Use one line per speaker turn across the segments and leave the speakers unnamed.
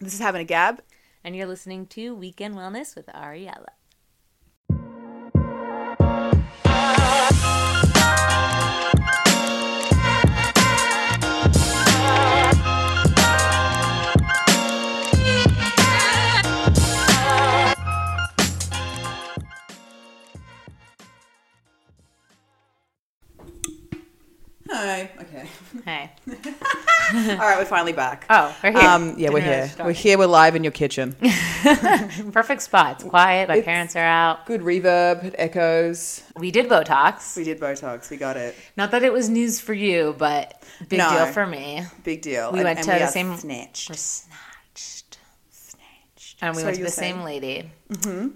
This is having a gab.
And you're listening to Weekend Wellness with Ariella.
Hi. Okay.
Hey.
All right, we're finally back.
Oh, we're here.
Um, yeah, we're
Didn't
here.
realize
We're here. We're live in your kitchen.
started. Perfect spot. It's quiet. My
It's-
parents are out.
Good reverb. It echoes.
We did Botox.
We did Botox. We got it.
Not that it was news for you, but big
No.
deal for me.
Big deal.
We went to
we
the
are
same-
snatched.
We're snatched. Snatched. And we
So
went to
you're
the
saying-
same lady. Mm-hmm.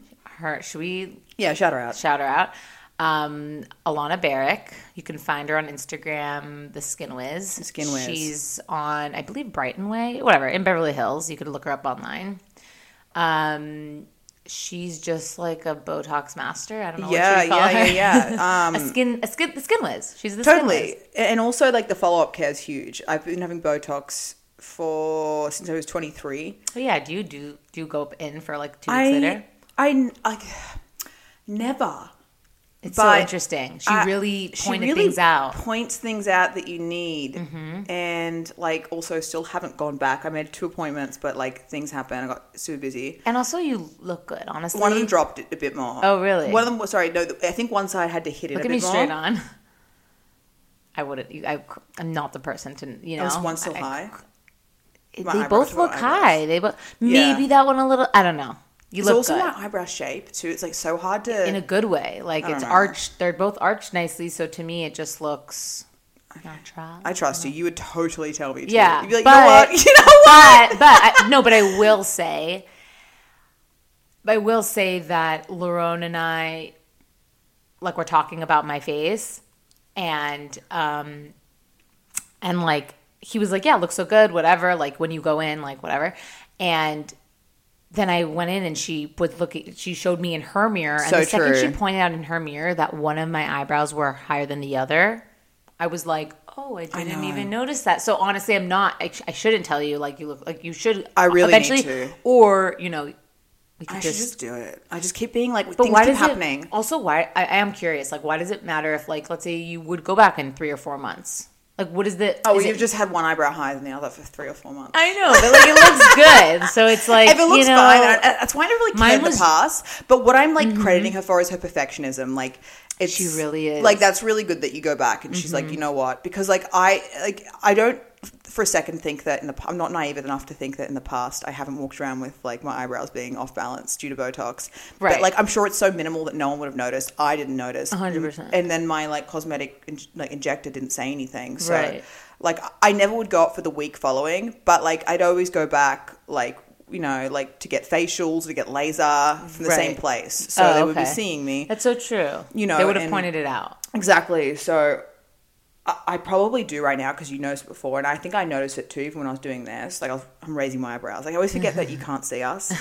Her. Should we
Yeah, shout her out.
shout her out. Um, Alana Barrick. You can find her on Instagram, The Skin Whiz.
Skin Whiz.
She's on, I believe, Brighton Way, whatever, in Beverly Hills. You could look her up online. Um, she's just like a Botox master. I don't know
Yeah,
what you call
yeah,
her.
yeah, yeah. Um,
a skin, a skin, the Skin Whiz. She's the Skin
Totally.
Whiz.
And also, like the follow up care is huge. I've been having Botox for since I was 23.
But yeah, do you do do you go in for like two weeks
I,
later?
I, I, never.
It's so
but
interesting. She
I-
really
she
pointed
really
things out. Mm-hmm.
Points things out that you need, and like also still haven't gone back. I made two appointments, but like things happened. I got super busy.
And also, you look good. Honestly,
One of them dropped it a bit more.
Oh, really?
One of them. was Sorry, no. I think one side had to hit it
Look
a
at
bit
me
more.
straight on. I wouldn't. you- I, I'm not the person to. You know,
It was one still
I-
high.
They
My eyebrows
both
were
look
eyebrows.
high. They both.
Yeah.
Maybe that one a little. I don't know. You
It's
look
also
good
my eyebrow shape too. It's like so hard to.
in a good way. Like
don't
it's
know.
arched. They're both arched nicely. So to me, it just looks natural.
I trust you. You would totally tell me. To.
Uh-huh. yeah,
You'd be like,
but,
you know what? You know what?
But but I, no, but I will say. I will say that Larone and I, like, we're talking about my face, and um, and like he was like, "Yeah, looks so good, whatever." Like when you go in, like whatever, and. Then I went in and she was looking. She showed me in her mirror, and
So
the second
true.
she pointed out in her mirror that one of my eyebrows were higher than the other, I was like, "Oh, I didn't
know.
even notice that." So honestly, I'm not. I, sh- I shouldn't tell you. Like you look like you should.
I really need
eventually,
to.
or you know, we could
I should
just
just do it. I just keep being like,
but
things
why
keep
does
happening.
it also why I, I am curious like why does it matter if like let's say you would go back in three or four months like what is the
oh,
is
you've
it-
just had one eyebrow higher than the other for three or four months.
I know but like it looks good so it's like
if it looks
you know
fine, I- that's why I never really
Mine
cared
was- Mm-hmm.
the past. But what I'm like crediting her for is her perfectionism. Like it's,
She really is. Mm-hmm.
Like that's really good that you go back and she's like, you know what? Because like I like I don't for a second think that in the p- I'm not naive enough to think that in the past I haven't walked around with like my eyebrows being off balance due to Botox. But
Right.
like I'm sure it's so minimal that no one would have noticed. I didn't notice.
100%.
And then my like cosmetic in- like injector didn't say anything. So
Right.
like I never would go up for the week following, but like I'd always go back like you know like to get facials to get laser from the same
Right.
place, so
Oh,
they would be
okay.
seeing me
that's so true
You know,
they would have
and-
pointed it out
exactly. So I, I probably do right now because you noticed it before, and I think I noticed it too even when I was doing this. Like I was, I'm raising my eyebrows. Like I always forget that you can't see us.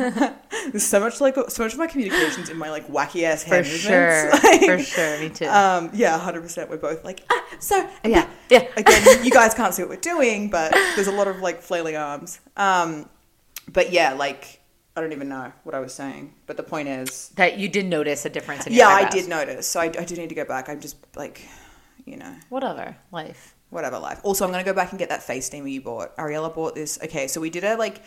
There's so much like so much of my communications in my like wacky ass
for
hand
sure
movements. Like,
for sure me too
Um, yeah, hundred percent. We're both like, ah, so
yeah yeah
again, you guys can't see what we're doing, but there's a lot of like flailing arms. Um, but yeah, like I don't even know what I was saying, but the point is,
that you did notice a difference in your
yeah, I
eyebrows.
did notice, so I, I do need to go back. I'm just like, you know,
whatever life
whatever life. Also, I'm gonna go back and get that face steamer you bought. Ariella bought this. Okay, so we did a like.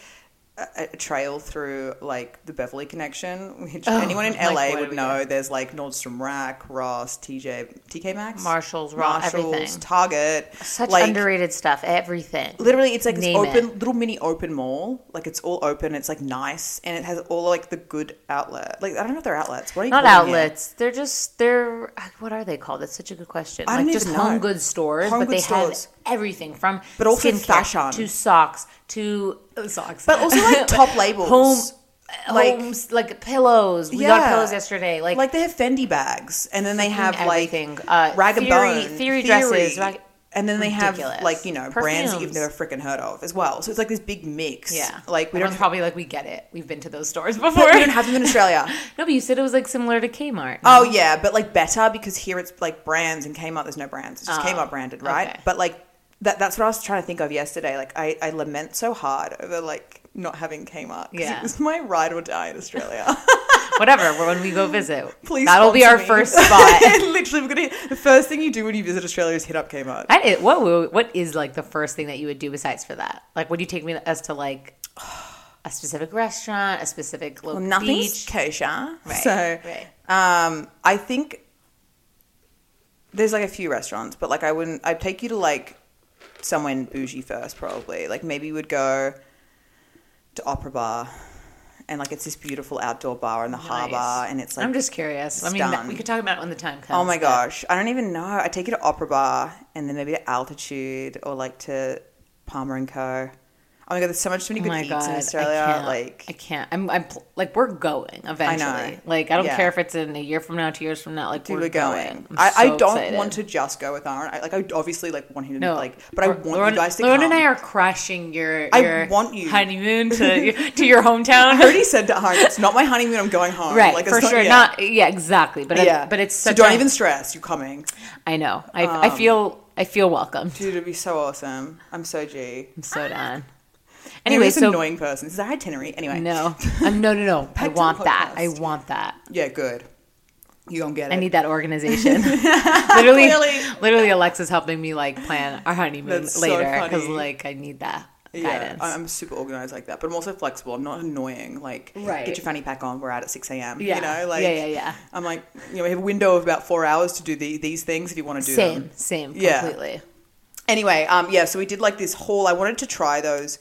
A, a trail through like the Beverly connection, which
Oh,
anyone in
like,
LA
what do
would
we
know. There's like Nordstrom Rack, Ross, TJ, TK Maxx,
Marshalls, Ross, everything.
Target,
such
like-
underrated stuff everything
literally it's like this
Name
open
it.
little mini open mall like it's all open it's like nice and it has all like the good outlet like i don't know if they're outlets what are you
not
calling it?
outlets. They're just they're what are they called? That's such a good question.
I don't
like just
even
home
know.
goods stores,
Home
but they
goods stores.
have everything from
But also
skincare
fashion.
to socks to uh, socks,
but also like top labels
home
Like-
like homes, like pillows. We got pillows yesterday. Like,
like they have fendi bags and then they have
everything.
like
Uh,
rag and
theory-
bone
theory dresses, rag-
and then they
Ridiculous.
have like you know brands that you've
Perfumes.
never freaking heard of as well so it's like this big mix
yeah,
like we don't,
Everyone's
have,
probably like we get it. We've been to those stores
we
before.
don't have them in australia
no, but you said it was like similar to Kmart.
Oh yeah, but like better because here it's like brands and Kmart. There's no brands. It's just
Oh,
Kmart branded, right?
okay.
But like that, that's what I was trying to think of yesterday. Like I, I lament so hard over like not having Kmart. 'cause
Yeah.
It was my ride or die in Australia.
Whatever. When we go visit,
Please
that'll be our
sponsor me.
first spot.
Literally, we're gonna, the first thing you do when you visit Australia is hit up Kmart.
That is, what would- what is like the first thing that you would do besides for that? Like, would you take me us to like a specific restaurant, a specific
Well,
local
nothing's
beach?
kosher.
Right,
so
right.
Um, I think there's like a few restaurants, but like I wouldn't. I'd take you to like somewhere bougie first, probably. Like maybe we'd go to Opera Bar, and like it's this beautiful outdoor bar in the harbour, and it's like
I'm just curious. I mean,
done.
we could talk about it when the time comes.
Oh my
but-
gosh. I don't even know. I take you to Opera Bar and then maybe to Altitude or like to Palmer and Co. Oh my god, there's so much too many
Oh
good
my
eats
god!
in
I
Australia.
can't, I
Like
can't. I'm, I'm pl- like we're going eventually. Like I don't
Yeah.
care if it's in a year from now, two years from now. Like
dude,
we're
we're
going.
going.
I'm
I,
so
I don't
excited.
want to just go with Aaron. I, like I obviously like want him to
No,
like but I
Lau-
want
Lauren-
you guys to
Lauren
come.
and I are crashing your.
I
your
want you.
honeymoon to to your hometown.
I already said to Aaron, it's not my honeymoon, I'm going home.
Right,
it's
for sure.
yeah.
Not yeah, exactly. But
yeah.
yeah. but it's
so
such
don't
a-
even Um. stress, you're coming.
I know. I, I feel I feel welcomed.
Dude, it'd be so awesome. I'm so G.
I'm so done.
Anyway,
Anyway,
this
so
annoying person. This is our itinerary. Anyway.
no, um, no, no, no. I
to the
want that. I
podcast.
want that.
Yeah, good. You don't get it.
I need that organization. literally,
Clearly.
literally, Alexa's helping me like plan our honeymoon
That's so
later
funny.
because like I need that guidance.
I- I'm super organized like that, but I'm also flexible. I'm not annoying. Like,
Right.
get your fanny pack on. We're out at 6 a.m.
Yeah.
You know, like,
Yeah, yeah, yeah.
I'm like, you know, we have a window of about four hours to do the, these things if you want to do
same,
them.
same,
Yeah.
completely.
Anyway, um, yeah. So we did like this haul. I wanted to try those,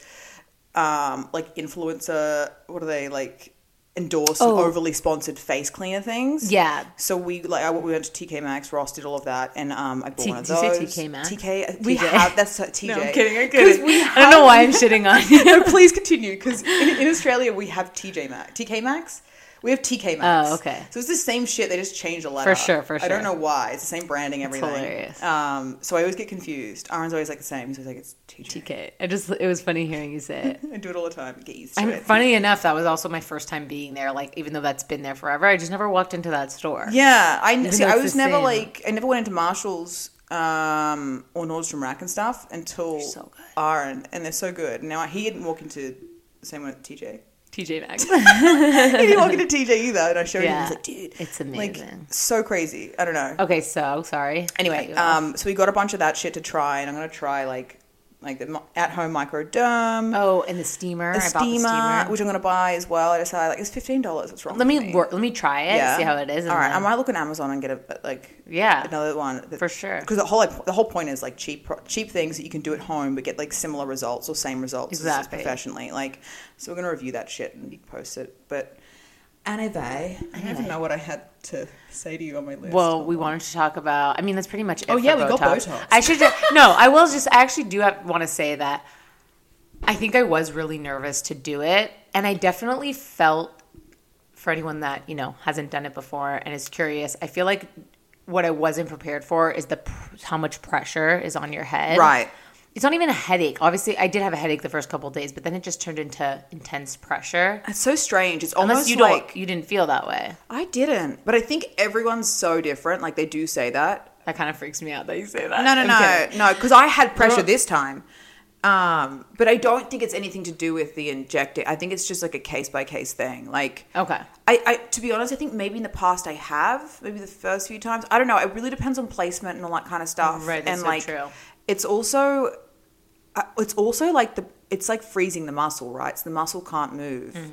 um, like influencer. What are they like? Endorse
Oh.
overly sponsored face cleaner things.
Yeah.
So we like I, we went to TK Maxx. Ross did all of that, and um, I bought
T-
one of
did you say
those.
TK Maxx?
TK. We
TJ.
have that's TJ.
I'm
'Cause we
I don't know why I'm shitting on you.
no, please continue because in, in Australia we have TJ Maxx, TK Maxx. We have TK Maxx.
Oh, okay.
So it's the same shit. They just change a letter.
sure, for
I don't know
sure.
why. It's the same branding. Everything.
hilarious.
Um, so I always get confused. Aaron's always like the same. He's always like it's TJ.
TK, I just it was funny hearing you say it.
I do it all the time. Get used to
And
it.
funny enough, that was also my first time being there. Like, even though that's been there forever, I just never walked into that store.
Yeah, I
Even
see.
though
I
it's
was
the
never
same.
like I never went into Marshalls um, or Nordstrom Rack and stuff until
so good.
Aaron, and they're so good. Now he didn't walk into the same one at TJ.
TJ Maxx.
he didn't walk into TJ either, and I showed him.
Yeah.
He's like, dude,
It's amazing.
Like, so crazy. I don't know.
okay, so sorry. oh, Cut
Anyway,
you off.
um, so we got a bunch of that shit to try, and I'm gonna try like like the mo- at home microderm.
oh, and the steamer.
a
I bought the
steamer,
steamer.
which I'm gonna buy as well. I decided like it's fifteen dollars. What's wrong?
let
with
me wor- let me try it. See how it is. and
All right,
then-
I might look on Amazon and get a like
Yeah.
another one that-
For sure.
Because the whole like, the whole point is like cheap pro- cheap things that you can do at home but get like similar results or same results as- as
Exactly.
professionally. Like so, we're gonna review that shit and post it. But Anne Bay, I don't even know what I had to say to you on my list.
well, we wanted to talk about. I mean, that's pretty much it.
Oh,
for
yeah, we got Botox.
I should. Just, no, I will just. I actually do have, want to say that. I think I was really nervous to do it, and I definitely felt for anyone that you know hasn't done it before and is curious. I feel like what I wasn't prepared for is the pr- how much pressure is on your head.
Right.
It's not even a headache. Obviously, I did have a headache the first couple of days, but then it just turned into intense pressure.
it's so strange. It's
Unless
almost
you don't,
like
you didn't feel that way.
I didn't, but I think everyone's so different. Like they do say that.
That kind of freaks me out that you say that.
No, no,
I'm
no,
kidding.
no. Because I had pressure
Well-
this time, um, but I don't think it's anything to do with the injecting. I think it's just like a case by case thing. Like,
Okay.
I, I, to be honest, I think maybe in the past I have, maybe the first few times. I don't know. It really depends on placement and all that kind of stuff.
Right, that's
and
so
like,
true.
it's also, uh, it's also like the, it's like freezing the muscle, right? So the muscle can't move.
Mm-hmm.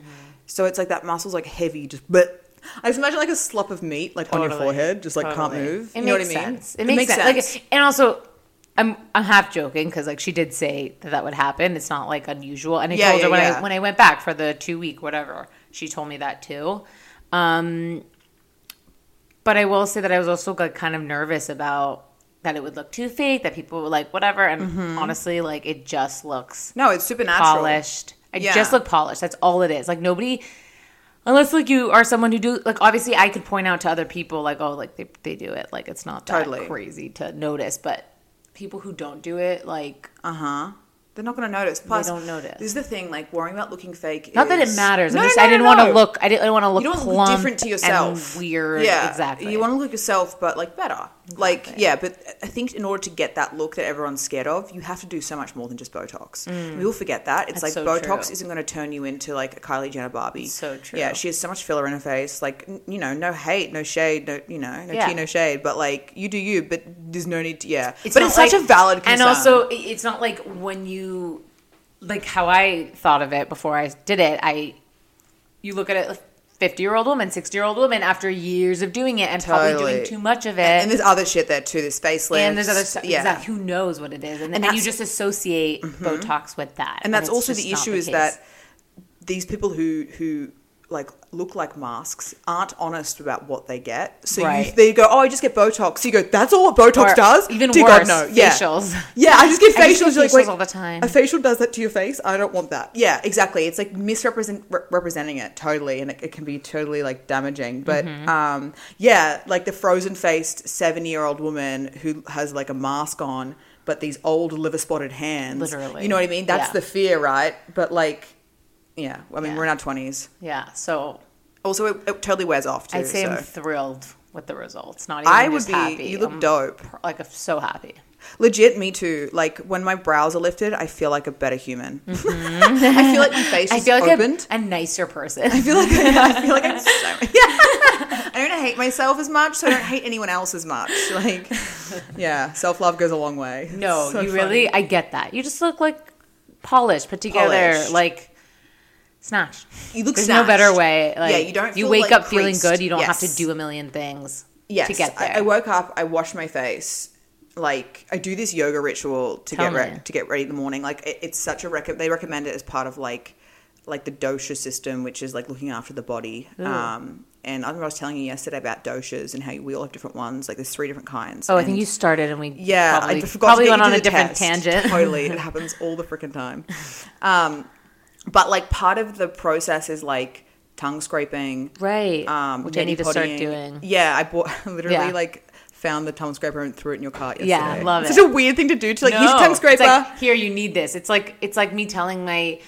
So it's like that muscle's like heavy, just but. I just imagine like a slop of meat like on your
Totally.
forehead, just like
Totally.
can't move.
It
you know what I
makes
mean?
sense. It, makes, sense. Like, and also, I'm I'm half joking because like she did say that that would happen. It's not like unusual. And I
Yeah,
told her
yeah,
when I
yeah.
when I went back for the two week whatever, she told me that too. Um, but I will say that I was also like kind of nervous about that it would look too fake, that people would like whatever. And
Mm-hmm.
honestly, like it just looks
no, it's super natural.
polished. I
Yeah.
just look polished. That's all it is. Like nobody, unless like you are someone who do like. Obviously, I could point out to other people like, oh, like they they do it. Like it's not that
Totally.
crazy to notice, but people who don't do it, like
Uh huh. They're not going to notice. Plus,
don't notice.
This is the thing. Like worrying about looking fake.
not that it
is-
matters.
No,
I'm
no,
just,
no,
I
no,
didn't want to
no.
look. I didn't. I want to look
You don't want to
plump
look different to yourself.
and weird.
Yeah,
exactly.
You want to look yourself, but like better. Like, yeah, but I think in order to get that look that everyone's scared of, you have to do so much more than just Botox. We all forget that. It's
Mm. That's
like
so
Botox
true.
isn't going to turn you into like a Kylie Jenner Barbie.
So true.
Yeah, she has so much filler in her face. Like, n- you know, no hate, no shade, no, you know, no
Yeah.
tea, no shade. But like, you do you, but there's no need to, yeah.
It's
but
not
it's
like-
such a valid concern.
And also, i- it's not like when you, like how I thought of it before I did it. I, you look at it, fifty year old woman, sixty year old woman, after years of doing it and probably doing
Totally.
too much of it,
and there's other shit there too. There's facelifts.
and there's other stuff.
Yeah.
exactly, who knows what it is, and, and, you
that's- Mm-hmm.
just associate Botox with that.
and that's
it's
also
just
the
not
issue is
case.
that these people who who like look like masks aren't honest about what they get. So you,
Right.
they go, "Oh, I just get Botox." So you go, "That's all what Botox
Or
does."
even
Dear
worse,
Yeah.
facials.
Yeah, I just get
I just get
facials. You're like,
facials
"Wait,
all the time."
A facial does that to your face. I don't want that. Yeah, exactly. It's like misrepresenting representing it totally, and it, it can be totally like damaging. But
Mm-hmm.
um, yeah, like the frozen faced seven year old woman who has like a mask on, but these old liver spotted hands.
Literally.
you know what I mean? That's
Yeah.
the fear, right? But like, yeah, I mean,
Yeah.
we're in our twenties.
yeah. So
Also, it, it totally wears off too.
I'd say I'm
so.
thrilled with the results. Not even
I
just
would be.
happy.
You look
I'm
dope.
pr- Like I'm so happy.
Legit, me too. Like when my brows are lifted, I feel like a better human. I feel like my face
Mm-hmm. I
is
feel like
opened.
a, a nicer person.
I feel like I, feel like I'm so yeah. I don't hate myself as much, so I don't hate anyone else as much. Like, yeah, self love goes a long way.
No,
It's so
you
funny.
really. I get that. You just look like polished, put together,
Polished.
like snatched.
You look
There's no
snatched.
better way. Like,
yeah, you don't.
You
feel,
wake
like,
up feeling
creased.
good. You don't have
Yes.
to do a million things
yes.
to get
I-
there.
I, woke up. I washed my face. Like I do this yoga ritual to
Tell
get re-
me.
to get ready in the morning. Like it, it's such a rec- they recommend it as part of like like the dosha system, which is like looking after the body. Um, and I remember I was telling you yesterday about doshas and how we all have different ones. Like there's three different kinds.
oh, I think
And-
you started and we
Yeah,
probably,
I forgot
probably
to get
went
you
on
to
a
the
different
test.
tangent.
totally, it happens all the freaking time. Um, but like part of the process is like tongue scraping,
right.
um,
Which I need to start
nitty-pottying.
doing.
Yeah, I bought literally
Yeah.
like found the tongue scraper and threw it in your cart.
Yeah,
Yesterday.
love
It's
it.
Such a weird thing to do to like use tongue
It's
scraper.
like, Here, you need this. It's like it's like me telling my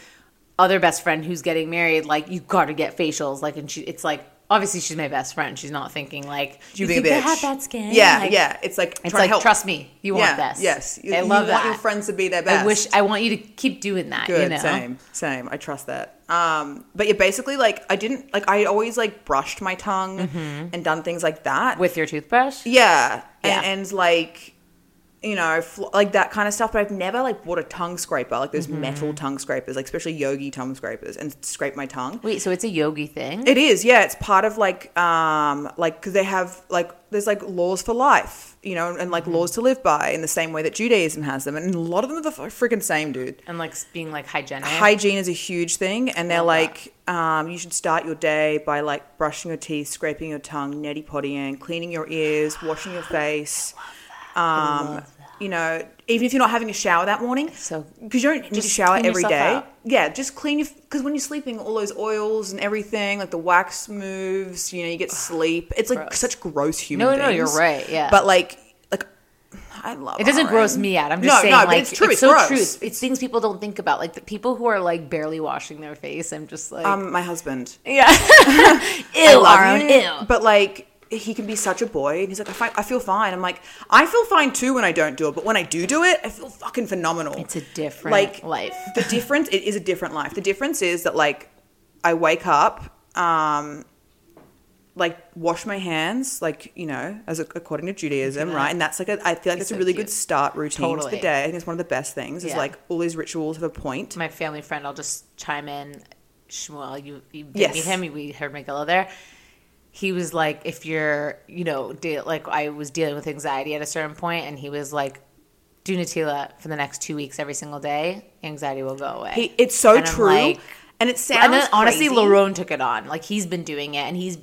other best friend who's getting married, like you got to get facials. Like, and she, it's like obviously she's my best friend. She's not thinking like you,
being
think
a
I
bitch.
have that skin.
Yeah,
Like,
yeah. It's like
It's
trying
like
to help.
trust me, you want
Yeah,
this.
Yes,
I love
you
that.
Want your friends to be their best.
I wish I want you to keep doing that.
Good,
you know,
same, same. I trust that. Um, but yeah, basically, like I didn't like I always like brushed my tongue and done things like that.
Mm-hmm. with your toothbrush.
yeah,
Yeah.
And, and like you know, fl- like that kind of stuff. But I've never like bought a tongue scraper, like
Mm-hmm.
those metal tongue scrapers, like especially yogi tongue scrapers, and scrape my tongue.
Wait, so it's a yogi thing?
It is, yeah. It's part of like, um, like because they have like there's like laws for life, you know, and,
Mm-hmm.
like laws to live by in the same way that Judaism has them, and a lot of them are the f- freaking same, dude
and like being like hygienic.
hygiene is a huge thing and they're
Oh. Love
like um, you should start your day by like brushing your teeth scraping your tongue neti pottying cleaning your ears washing your face um, you know even if you're not having a shower that morning
So-
because you don't need to
Just
shower
clean
every
yourself
day
up.
yeah just clean your because when you're sleeping all those oils and everything like the wax moves you know you get sleep it's like
Gross.
such gross human
No, no,
things.
you're right, yeah.
but like like I love
It doesn't
iron.
gross me out. I'm just
no,
saying,
no,
like,
but it's true. It's,
so
gross.
true. It's, it's things people don't think about. Like the people who are like barely washing their face. I'm just like,
Um, my husband.
yeah,
I
ew,
love
Aaron,
you.
ew.
But like, he can be such a boy, and he's like, I, fi- I feel fine. I'm like, I feel fine too when I don't do it, but when I do do it, I feel fucking phenomenal.
It's a different life.
The difference, it is a different life. The difference is that like, I wake up, um, like wash my hands, like you know, as a, according to Judaism, right? And that's like a, I feel like it's,
It's
a
so
really
cute.
good start routine to
Totally.
the day. I think it's one of the best things. Is
Yeah.
like all these rituals have a point.
my family friend, I'll just chime in. Shmuel, you, you did
Yes.
meet him. We heard Magilla there. He was like, if you're, you know, de- like I was dealing with anxiety at a certain point, and he was like, do Natila for the next two weeks every single day. Anxiety will go away.
He- it's so
And I'm
true,
like-
and it sounds
and then honestly,
crazy.
Larone took it on. Like he's been doing it, and he's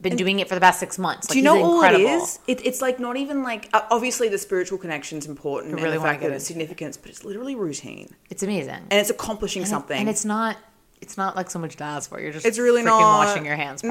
been doing it for the past six months. Like,
Do you know
he's
all
incredible.
it is? It, it's like not even like uh, obviously the spiritual connection's important
really
and the
wanna
fact
get
that it's
into
significance, but it's literally routine
It's amazing.
and it's accomplishing
And it-
something.
and it's not. It's not like so much to ask for. You're just
it's really
freaking
not
washing your hands.
No,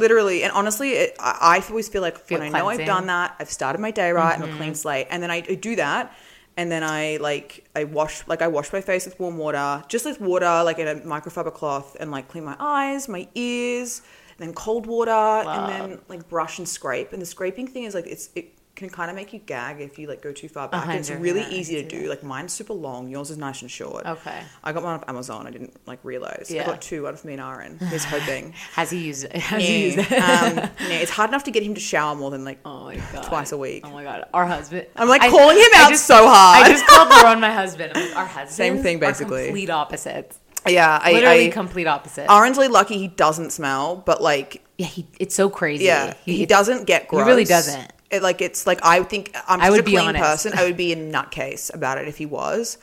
literally, and honestly, it, I, I always feel like
Feel
when I know I've
cleansing. Mm-hmm.
done that, I've started my day right, I'm a clean slate, and then I do that. And then I like I wash like I wash my face with warm water, just with water, like in a microfiber cloth, and like clean my eyes, my ears, and then cold water, and then like brush and scrape. And the scraping thing is like it's it can kind of make you gag if you like go too far back. And it's
hundred,
really
yeah, I
easy to
see
do. Like mine's super long. Yours is nice and short.
Okay.
I got mine off Amazon. I didn't like realize. I
Yeah.
got two. One for me and Aaron. He's hoping.
Has he used it? Has he
Yeah.
used it?
um, yeah, it's hard enough to get him to shower more than like
Oh my god.
twice a week.
Oh my god. Our husband.
I'm, like, calling him out so hard.
I just called Lauren my husband. I'm like, our husband.
thing, basically.
complete opposites.
yeah, I,
Literally
I, Um,
complete opposite.
Aaron's really lucky he doesn't smell, but like
yeah, he, it's so crazy.
yeah, he, doesn't get gross.
really doesn't.
It, like it's like I think I'm
I
such
would
a
be
clean
honest.
person. I would be a nutcase about it if he was.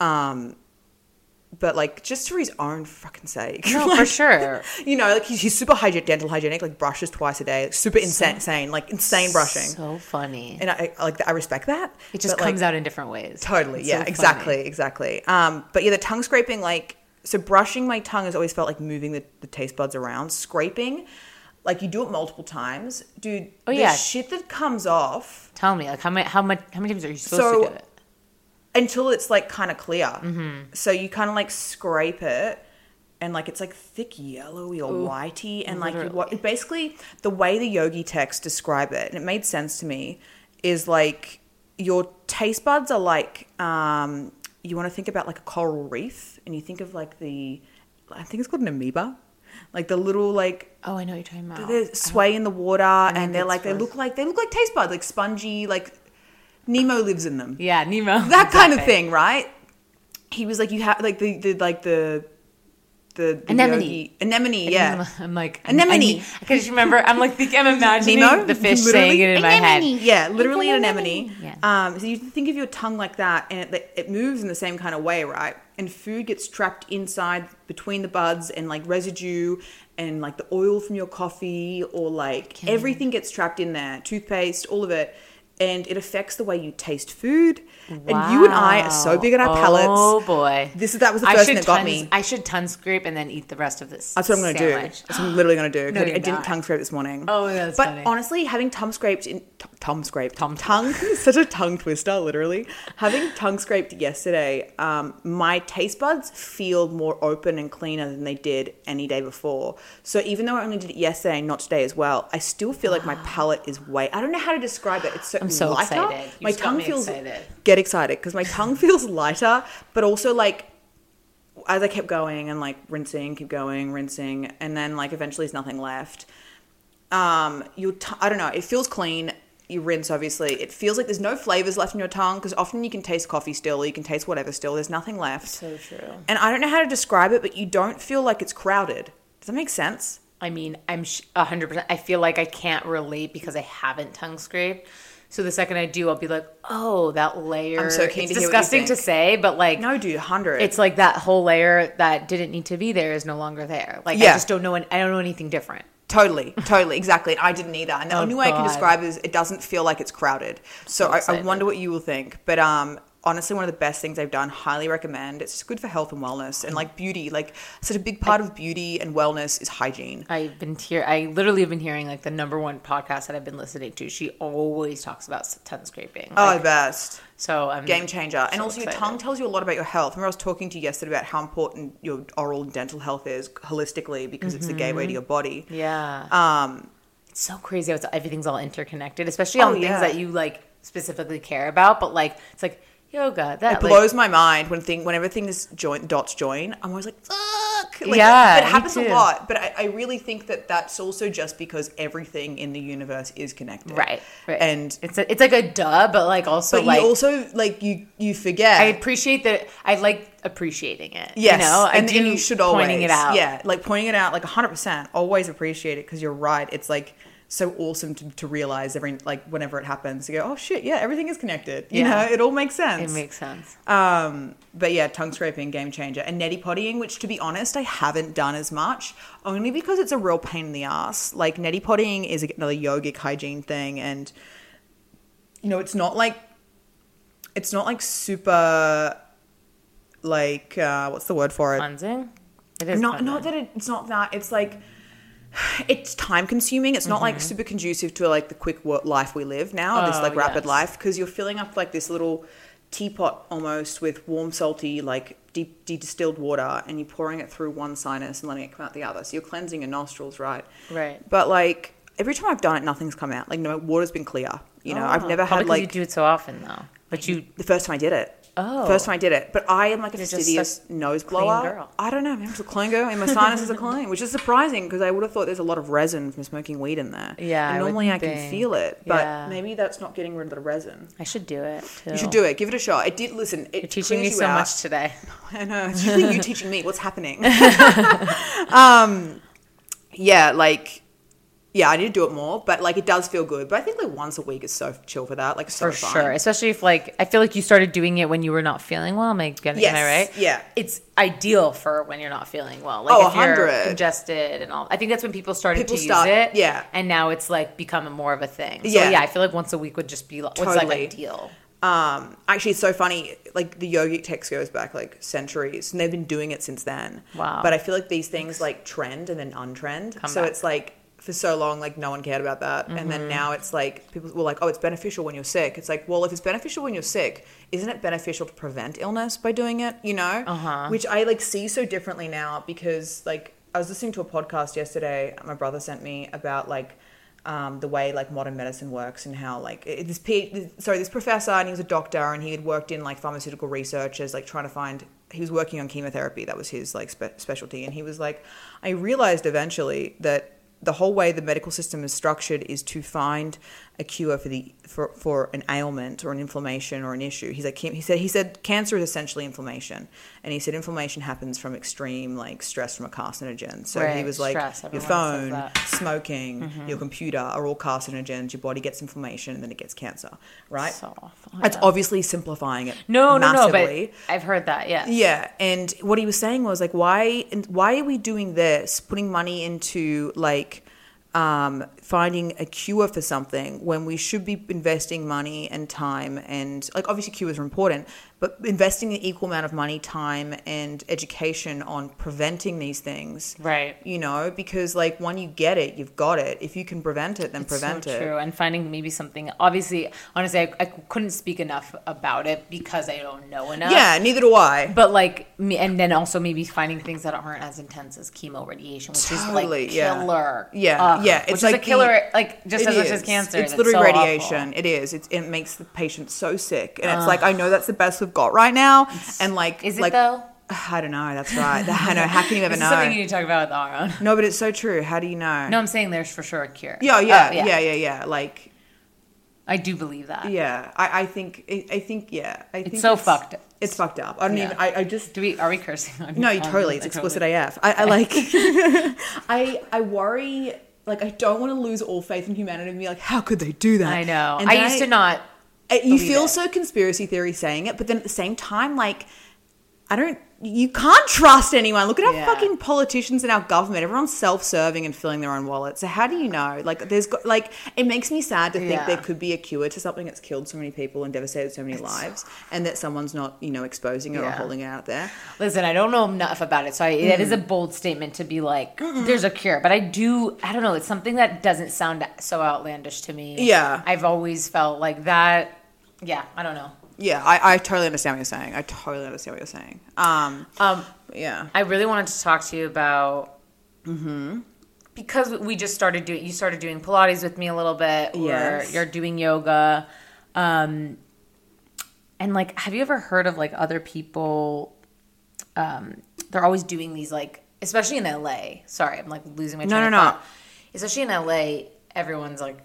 Um, but like just for his own fucking sake.
No,
Like,
for sure.
You know, like he's, he's super hygienic, dental hygienic, like brushes twice a day, like, super insane, insane, like insane brushing.
So funny.
and I, I like I respect that.
It just
but, like,
comes out in different ways.
Totally.
It's so
yeah.
funny.
exactly. Exactly. Um, but yeah, the tongue scraping, like, so brushing my tongue has always felt like moving the, the taste buds around. Scraping, like, you do it multiple times, dude.
Oh,
the
yeah.
shit that comes off
Tell me, like how many how much how many times are you supposed
So-
to do it?
until it's like kind of clear. So you kind of like scrape it. And like it's like thick yellowy or whitey, and like you, wa-
literally.
basically the way the yogi texts describe it, and it made sense to me, is like your taste buds are like um, you want to think about like a coral reef, and you think of like the I think it's called an amoeba, like the little like
Oh, I know what you're talking about.
they sway in the water and they're
it's
like they
frozen.
look like they look like taste buds, like spongy, like Nemo lives in them.
yeah, Nemo.
That kind of
Exactly.
thing, right? He was like you have like the, the like the the, the
Anemone.
yogi- anemone, yeah.
I'm, I'm like
Anemone.
I can just remember. I'm like thinking. I'm imagining
Nemo?
the fish
Literally.
saying it in my
Anemone.
head.
Yeah, literally an
an
anemone.
anemone.
Um, so you think of your tongue like that, and it, it moves in the same kind of way, right? And food gets trapped inside between the buds, and like residue, and like the oil from your coffee, or like everything gets trapped in there. Toothpaste, all of it. And it affects the way you taste food. And you and I are so
Wow.
big on our palates.
Oh boy,
This is that was the first thing
should
that got
tongue-
me.
I should tongue scrape and then eat the rest of this.
That's what I'm gonna
sandwich.
do. That's what I'm literally gonna do. 'cause
No,
I
you're
didn't
not.
tongue scrape this morning.
Oh, that's
but
funny.
honestly, having tongue scraped in t- tongue scraped
Tongue-
tongue such a tongue twister. Literally having tongue scraped yesterday, um, my taste buds feel more open and cleaner than they did any day before. So even though I only did it yesterday, and not today as well, I still feel like my palate is way. I don't know how to describe it. It's so
I'm so
lighter.
excited. You
my
just got
tongue
me
feels
excited.
get excited because my tongue feels lighter, but also like as I kept going and like rinsing, keep going, rinsing, and then like eventually there's nothing left. Um, you, t- I don't know. It feels clean. You rinse, obviously. It feels like there's no flavors left in your tongue because often you can taste coffee still, or you can taste whatever still. There's nothing left.
So true.
And I don't know how to describe it, but you don't feel like it's crowded. Does that make sense?
I mean, I'm sh- 100%. I feel like I can't relate because I haven't tongue scraped. So the second I do, I'll be like, oh, that layer.
I'm so keen
it's
to hear what you
disgusting to
think.
say, but like,
No, dude, hundred.
it's like that whole layer that didn't need to be there is no longer there. Like, I
Yeah.
just don't know. An- I don't know anything different.
Totally, totally, exactly. And I didn't either. And the
Oh,
only way I can
God.
describe it is it doesn't feel like it's crowded. So, I, I
excited.
wonder what you will think. But um, honestly, one of the best things I've done. Highly recommend. It's just good for health and wellness and like beauty. Like such a big part of beauty and wellness is hygiene.
I've been here. I literally have been hearing like the number one podcast that I've been listening to. She always talks about s- tongue scraping.
Oh,
Like,
the best.
so I'm
Game changer. and
so
also, your
excited.
tongue tells you a lot about your health. Remember, I was talking to you yesterday about how important your oral and dental health is holistically because it's the gateway to your body.
Mm-hmm. Yeah.
Um,
it's so crazy how it's, everything's all interconnected, especially
Oh,
on
yeah.
things that you like specifically care about. But like, it's like yoga. That
it
like-
blows my mind when thing whenever things join dots join i'm always like fuck like,
Yeah,
but it
me
happens a
too.
lot but I, I really think that that's also just because everything in the universe is connected
right, right.
and
it's a, it's like a duh, but like also
but
like
you also like you you forget
I appreciate that. I like appreciating it.
yes
you know, I
and,
do
and you should always
pointing it out.
yeah like pointing it out like 100% always appreciate it because you're right it's like so awesome to, to realize every like whenever it happens you go oh shit yeah everything is connected you
Yeah.
know it all makes sense
it makes sense.
Um, but yeah, tongue scraping, game changer. And neti pottying, which to be honest, I haven't done as much, only because it's a real pain in the ass. Like, neti pottying is another yogic hygiene thing, and you know, it's not like it's not like super like uh what's the word for it?
Cleansing. It is
not
fun,
not
though.
that it, it's not that it's like it's time consuming it's not like super conducive to like the quick wo- life we live now this
Mm-hmm. Oh,
like rapid
yes.
life because you're filling up like this little teapot almost with warm salty like deep, deep distilled water and you're pouring it through one sinus and letting it come out the other so you're cleansing your nostrils right
Right.
but like every time i've done it nothing's come out like no water's been clear You know, I've
Oh,
never
probably
had
'cause
like
you do it so often though. But you
the first time I did it.
Oh.
First time I did it. But I am like a
You're just
fastidious
a
nose blower.
girl.
I don't know. I'm just a clone girl, and my sinuses are clean, which is surprising because I would have thought there's a lot of resin from smoking weed in there.
Yeah,
And
I would
normally I, can
think.
feel it, but
Yeah.
maybe that's not getting rid of the resin.
I should do it.
You should do it. Give it a shot. It did. Listen, it
You're teaching me
clears you
so
out.
much today.
I know. It's usually you teaching me what's happening. um, yeah, like, yeah, I need to do it more, but like it does feel good. But I think like once a week is so chill for that. Like so
For
fun.
sure. Especially if like I feel like you started doing it when you were not feeling well. Am I getting am I
Yes,
right?
yeah.
It's ideal for when you're not feeling well. Like
Oh,
if you're
100.
congested and all I think that's when people started
People
to
start-
use it.
yeah.
And now it's like become more of a thing. So
Yeah.
yeah, I feel like once a week would just be like what's like
Totally.
ideal.
Um, actually, it's so funny. Like the yogic text goes back like centuries, and they've been doing it since then.
Wow.
But I feel like these things like trend and then untrend.
Come
so
back. Mm-hmm.
it's like for so long, like no one cared about that, and then now it's like people were like, "Oh, it's beneficial when you're sick." It's like, well, if it's beneficial when you're sick, isn't it beneficial to prevent illness by doing it? You know,
Uh-huh.
which I like see so differently now because like I was listening to a podcast yesterday. My brother sent me about like um, the way like modern medicine works and how like it- this P- sorry this professor and he was a doctor and he had worked in like pharmaceutical research as like trying to find he was working on chemotherapy that was his like spe- specialty and he was like I realized eventually that the whole way the medical system is structured is to find a cure for the for, for an ailment or an inflammation or an issue. He's like he said he said cancer is essentially inflammation, and he said inflammation happens from extreme like stress from a carcinogen. So he
Right,
was like
stress,
your
everyone says
phone,
that.
smoking,
Mm-hmm.
your computer are all carcinogens. Your body gets inflammation and then it gets cancer. Right?
So awful.
That's
Yeah.
obviously simplifying it.
No, no, no,
massively.
but I've heard that, yes.
Yeah, and what he was saying was like, why? And why are we doing this? Putting money into like um, finding a cure for something when we should be investing money and time and like obviously cures are important, but investing an equal amount of money, time, and education on preventing these things.
Right.
You know, because like when you get it, you've got it. If you can prevent it, then prevent
so
it.
True, and finding maybe something. Obviously, honestly, I, I couldn't speak enough about it because I don't know enough.
Yeah, neither do I.
But like, me, and then also maybe finding things that aren't as intense as chemo radiation, which
Totally,
is like
yeah.
killer.
Yeah,
Ugh,
yeah, it's
Which is
like
a
the-
killer, like just
It
as much
is.
as cancer.
It's
and
literally
so awful.
radiation. It is. It's, it makes the patient so sick, and it's like I know that's the best we've got right now, and like
Is it
like,
though?
I don't know. That's right. I know. How can you ever
This is something
know?
you need to talk about with our own.
no, but it's so true. How do you know?
No, I'm saying there's for sure a cure.
Yeah, yeah,
Oh,
yeah, yeah, yeah, Like,
I do believe that.
yeah. I, I think. I, I think. Yeah. I think
so fucked.
It's fucked up. I don't
Yeah.
even. I, I just.
Do we? Are we cursing? On
No, you
on-
totally. It's
I
explicit
totally-
AF. I, I like. I I worry. Like I don't want to lose all faith in humanity and be like, how could they do that?
I know.
And
I
then
used to not.
I- Uh, you
believe
feel
it.
so conspiracy theory saying it, but then at the same time, like, I don't. You can't trust anyone. Look at our
Yeah.
fucking politicians and our government. Everyone's self-serving and filling their own wallet. So how do you know? Like, there's got, like it makes me sad to think
Yeah.
there could be a cure to something that's killed so many people and devastated so many lives, and that someone's not you know exposing it or
Yeah.
holding it out there.
Listen, I don't know enough about it, so I, that is a bold statement to be like, "There's a cure," but I do. I don't know. It's something that doesn't sound so outlandish to me.
Yeah.
I've always felt like that. Yeah, I don't know.
Yeah, I, I totally understand what you're saying. I totally understand what you're saying. Um,
Um,
yeah.
I really wanted to talk to you about
Mm-hmm.
because we just started doing. You started doing Pilates with me a little bit. Or
Yes.
you're doing yoga, um, and like, have you ever heard of like other people? Um, they're always doing these like, especially in LA. Sorry, I'm like losing my train
No, no,
of
no.
thought. Especially in LA, everyone's like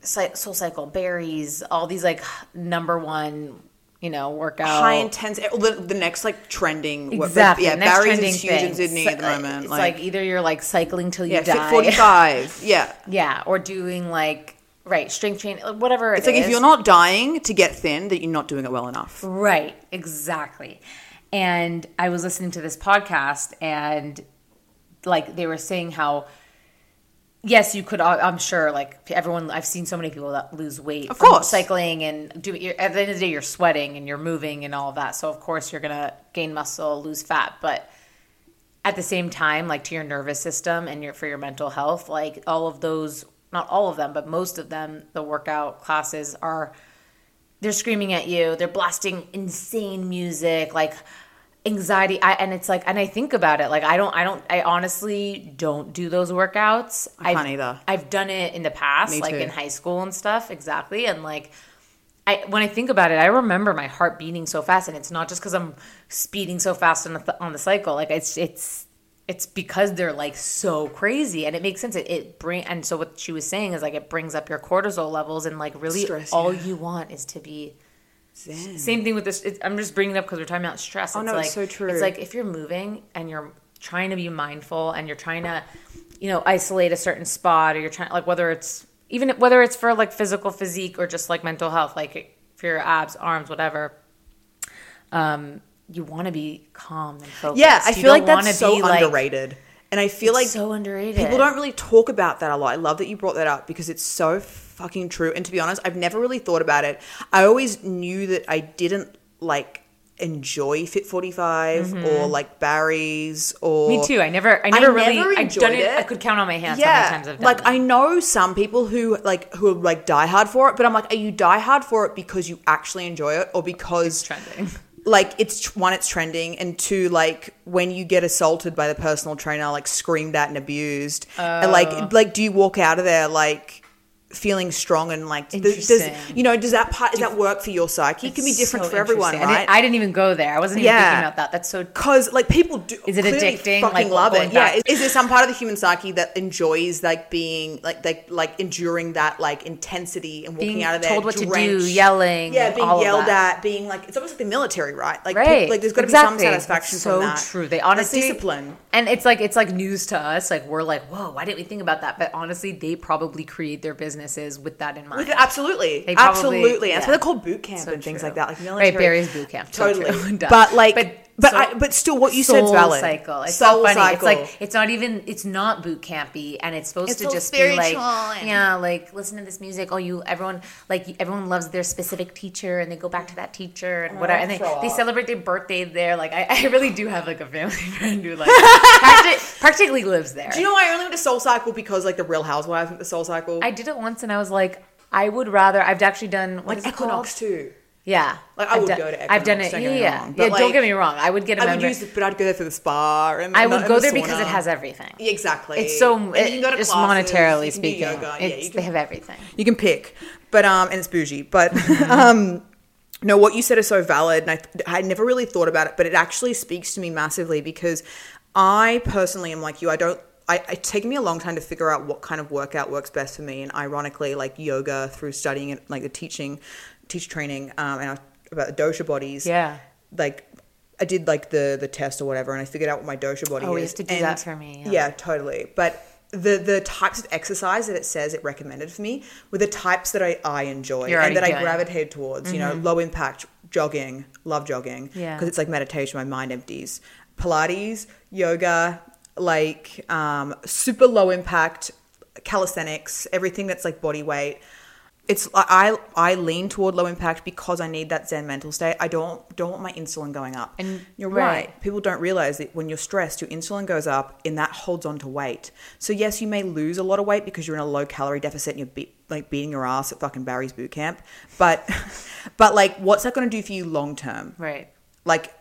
Soul Cycle, berries, all these like number one, you know, workout
High intense. eh, The, the next like trending.
Exactly.
Yeah,
Next
Barry's
trending
is huge
thing.
in Sydney
So- uh,
at the moment.
It's like, either you're like cycling till you
Yeah,
die.
fit 45. Yeah.
yeah, or doing like right strength training, like, whatever.
It's like if you're not dying to get thin, that you're not doing it well enough.
right, exactly. And I was listening to this podcast, and like they were saying how. Yes, you could. I- I'm sure. Like everyone, I've seen so many people that lose weight.
Of
from
course.
cycling and do. You're, at the end of the day, you're sweating and you're moving and all of that. So of course, you're gonna gain muscle, lose fat. But at the same time like to your nervous system and your for your mental health like all of those not all of them but most of them the workout classes are they're screaming at you they're blasting insane music like anxiety I, and it's like and i think about it like i don't i don't i honestly don't do those workouts
I can't either.
i've done it in the past
Me
like
too.
in high school and stuff exactly and like i when i think about it i remember my heart beating so fast and it's not just because i'm speeding so fast on the, th- on the cycle like it's it's it's because they're like so crazy and it makes sense it, it bring and so what she was saying is like it brings up your cortisol levels and like really
Stress,
all
yeah.
you want is to be
Zen.
same thing with this. It's, I'm just bringing it up because we're talking about stress.
Oh, no, it's so true.
It's like if you're moving and you're trying to be mindful and you're trying to, you know, isolate a certain spot or you're trying like whether it's even if- whether it's for like physical physique or just like mental health, like for your abs, arms, whatever. Um, you want to be calm and focused.
Yeah, I
You
feel like
don't wanna
that's so
be, like-
underrated. and I feel like
so underrated.
People don't really talk about that a lot. I love that you brought that up because it's so fucking true. And to be honest, I've never really thought about it. I always knew that I didn't like enjoy Fit 45 or like Barry's or
Mm-hmm. Me too. I never. I never really.
never
I've
enjoyed
done it.
it.
I could count on my hands how many times I've done
like
it.
I know some people who like who are like die hard for it, but I'm like, are you die hard for it because you actually enjoy it or because
trending.
Like it's one, it's trending, and two, like when you get assaulted by the personal trainer, like screamed at and abused, and
Oh.
like like do you walk out of there like feeling strong and like th- does
Interesting.
you know does that part does that work for your psyche? It can be different
So
for everyone,
interesting. I
right?
didn't, I didn't even go there. I wasn't even
Yeah.
thinking about that. That's so
because like people do
Is it
clearly
addicting?
fucking
Like,
love
going
it
back-
yeah is, is there some part of the human psyche that enjoys like being like like like enduring that like intensity and walking
Being
out of there
told what to do,
drenched?
yelling,
yeah being
all of
yelled
that.
at being like it's almost like the military right like
right.
people- like there's got to
exactly.
be some satisfaction
That's
from
so
that
true. They
Like,
honestly
discipline
and it's like it's like news to us. Like we're like, whoa, why didn't we think about that? But honestly, they probably create their businesses with that in mind.
Like, absolutely
They probably-
absolutely that's why
yeah.
they're called boot camp
So
and things
true.
like that like military
right, Barry's boot camp, So
totally
true. Duh.
but like but but,
so-
I, but still what you said is
Soul
valid
cycle. It's
Soul
so funny.
cycle.
It's like it's not even. It's not boot campy, and it's supposed
It's
to
all
just be
spiritual
like,
and-
yeah, like listen to this music. Oh, you everyone like everyone loves their specific teacher, and they go back to that teacher
Oh,
and whatever. And they,
throw
they
up.
celebrate their birthday there. Like I, I really do have like a family friend who like practi- practically lives there.
do you know why I only went to Soul Cycle because like the Real Housewives went to Soul Cycle?
I did it once, and I was like, I would rather. I've actually done what is
like
it called?
Equinox too.
Yeah,
Like, I
I've
would
done-
go to
I've done
Equinox,
it. Yeah,
don't get me
yeah.
wrong, but,
yeah don't
like,
get me wrong. I would get a
I would
member.
use it, but I'd go there for the spa. And
I
and
would
the-
go
and the
there because it
sauna.
has everything.
exactly.
It's so
And
it,
you can go to
just
classes,
monetarily
you can do
speaking.
yoga, yeah,
it's,
you can-
they have everything.
you can pick, but um, and it's bougie, but
Mm-hmm.
um, no, what you said is so valid, and I I never really thought about it, but it actually speaks to me massively because I personally am like you. I don't. I, it's taken me a long time to figure out what kind of workout works best for me, and ironically, like yoga through studying it, like the teaching, teacher training, um, and I, about the dosha bodies.
Yeah.
like. I did like the the test or whatever, and I figured out what my dosha body
Oh,
is.
we have to do
and-
that for me, yeah.
yeah, totally. But the the types of exercise that it says it recommended for me were the types that I, I enjoy
You're
and that
already
I
doing. Mm-hmm.
gravitated towards. You know, low impact jogging, love jogging because
Yeah.
it's like meditation. My mind empties. Pilates, yoga, like um, super low impact calisthenics, everything that's like body weight. It's I I lean toward low impact because I need that zen mental state. I don't don't want my insulin going up.
And-
you're
right.
right people don't realize that when you're stressed, your insulin goes up and that holds on to weight. So yes, you may lose a lot of weight because you're in a low calorie deficit and you're be- like beating your ass at fucking Barry's boot camp, but but like what's that going to do for you long term?
Right.
Like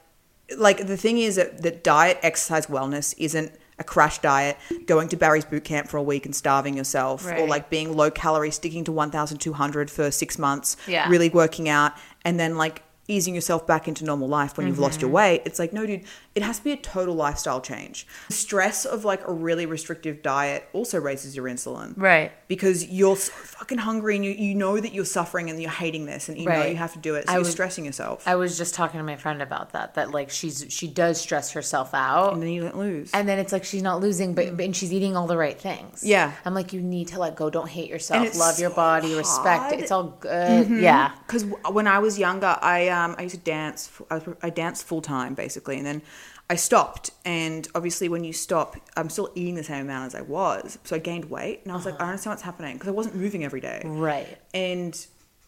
like the thing is that, that diet, exercise, wellness isn't a crash diet, going to Barry's boot camp for a week and starving yourself, or
Right.
like being low calorie, sticking to 1,200 for six months,
Yeah.
really working out, and then like easing yourself back into normal life when you've lost
Mm-hmm.
your weight. It's like, no, dude, it has to be a total lifestyle change. Stress of like a really restrictive diet also raises your insulin.
Right.
Because you're so fucking hungry and you, you know that you're suffering and you're hating this and you know
Right.
you have to do it. So
I
you're
was-
stressing yourself.
I was just talking to my friend about that. That like she's she does stress herself out,
and then you don't lose.
and then it's like she's not losing, but and she's eating all the right things.
Yeah.
I'm like, you need to let go. Don't hate
And
yourself.
it's
Love your
so
body.
hard. Mm-hmm.
Respect. It's all good. Yeah.
because when I was younger, I um I used to dance. f- I, was- I danced full time basically, and then I stopped. And obviously, when you stop, I'm still eating the same amount as I was, so I gained weight. And I was like, I don't understand what's happening because I wasn't moving every day,
Right.
And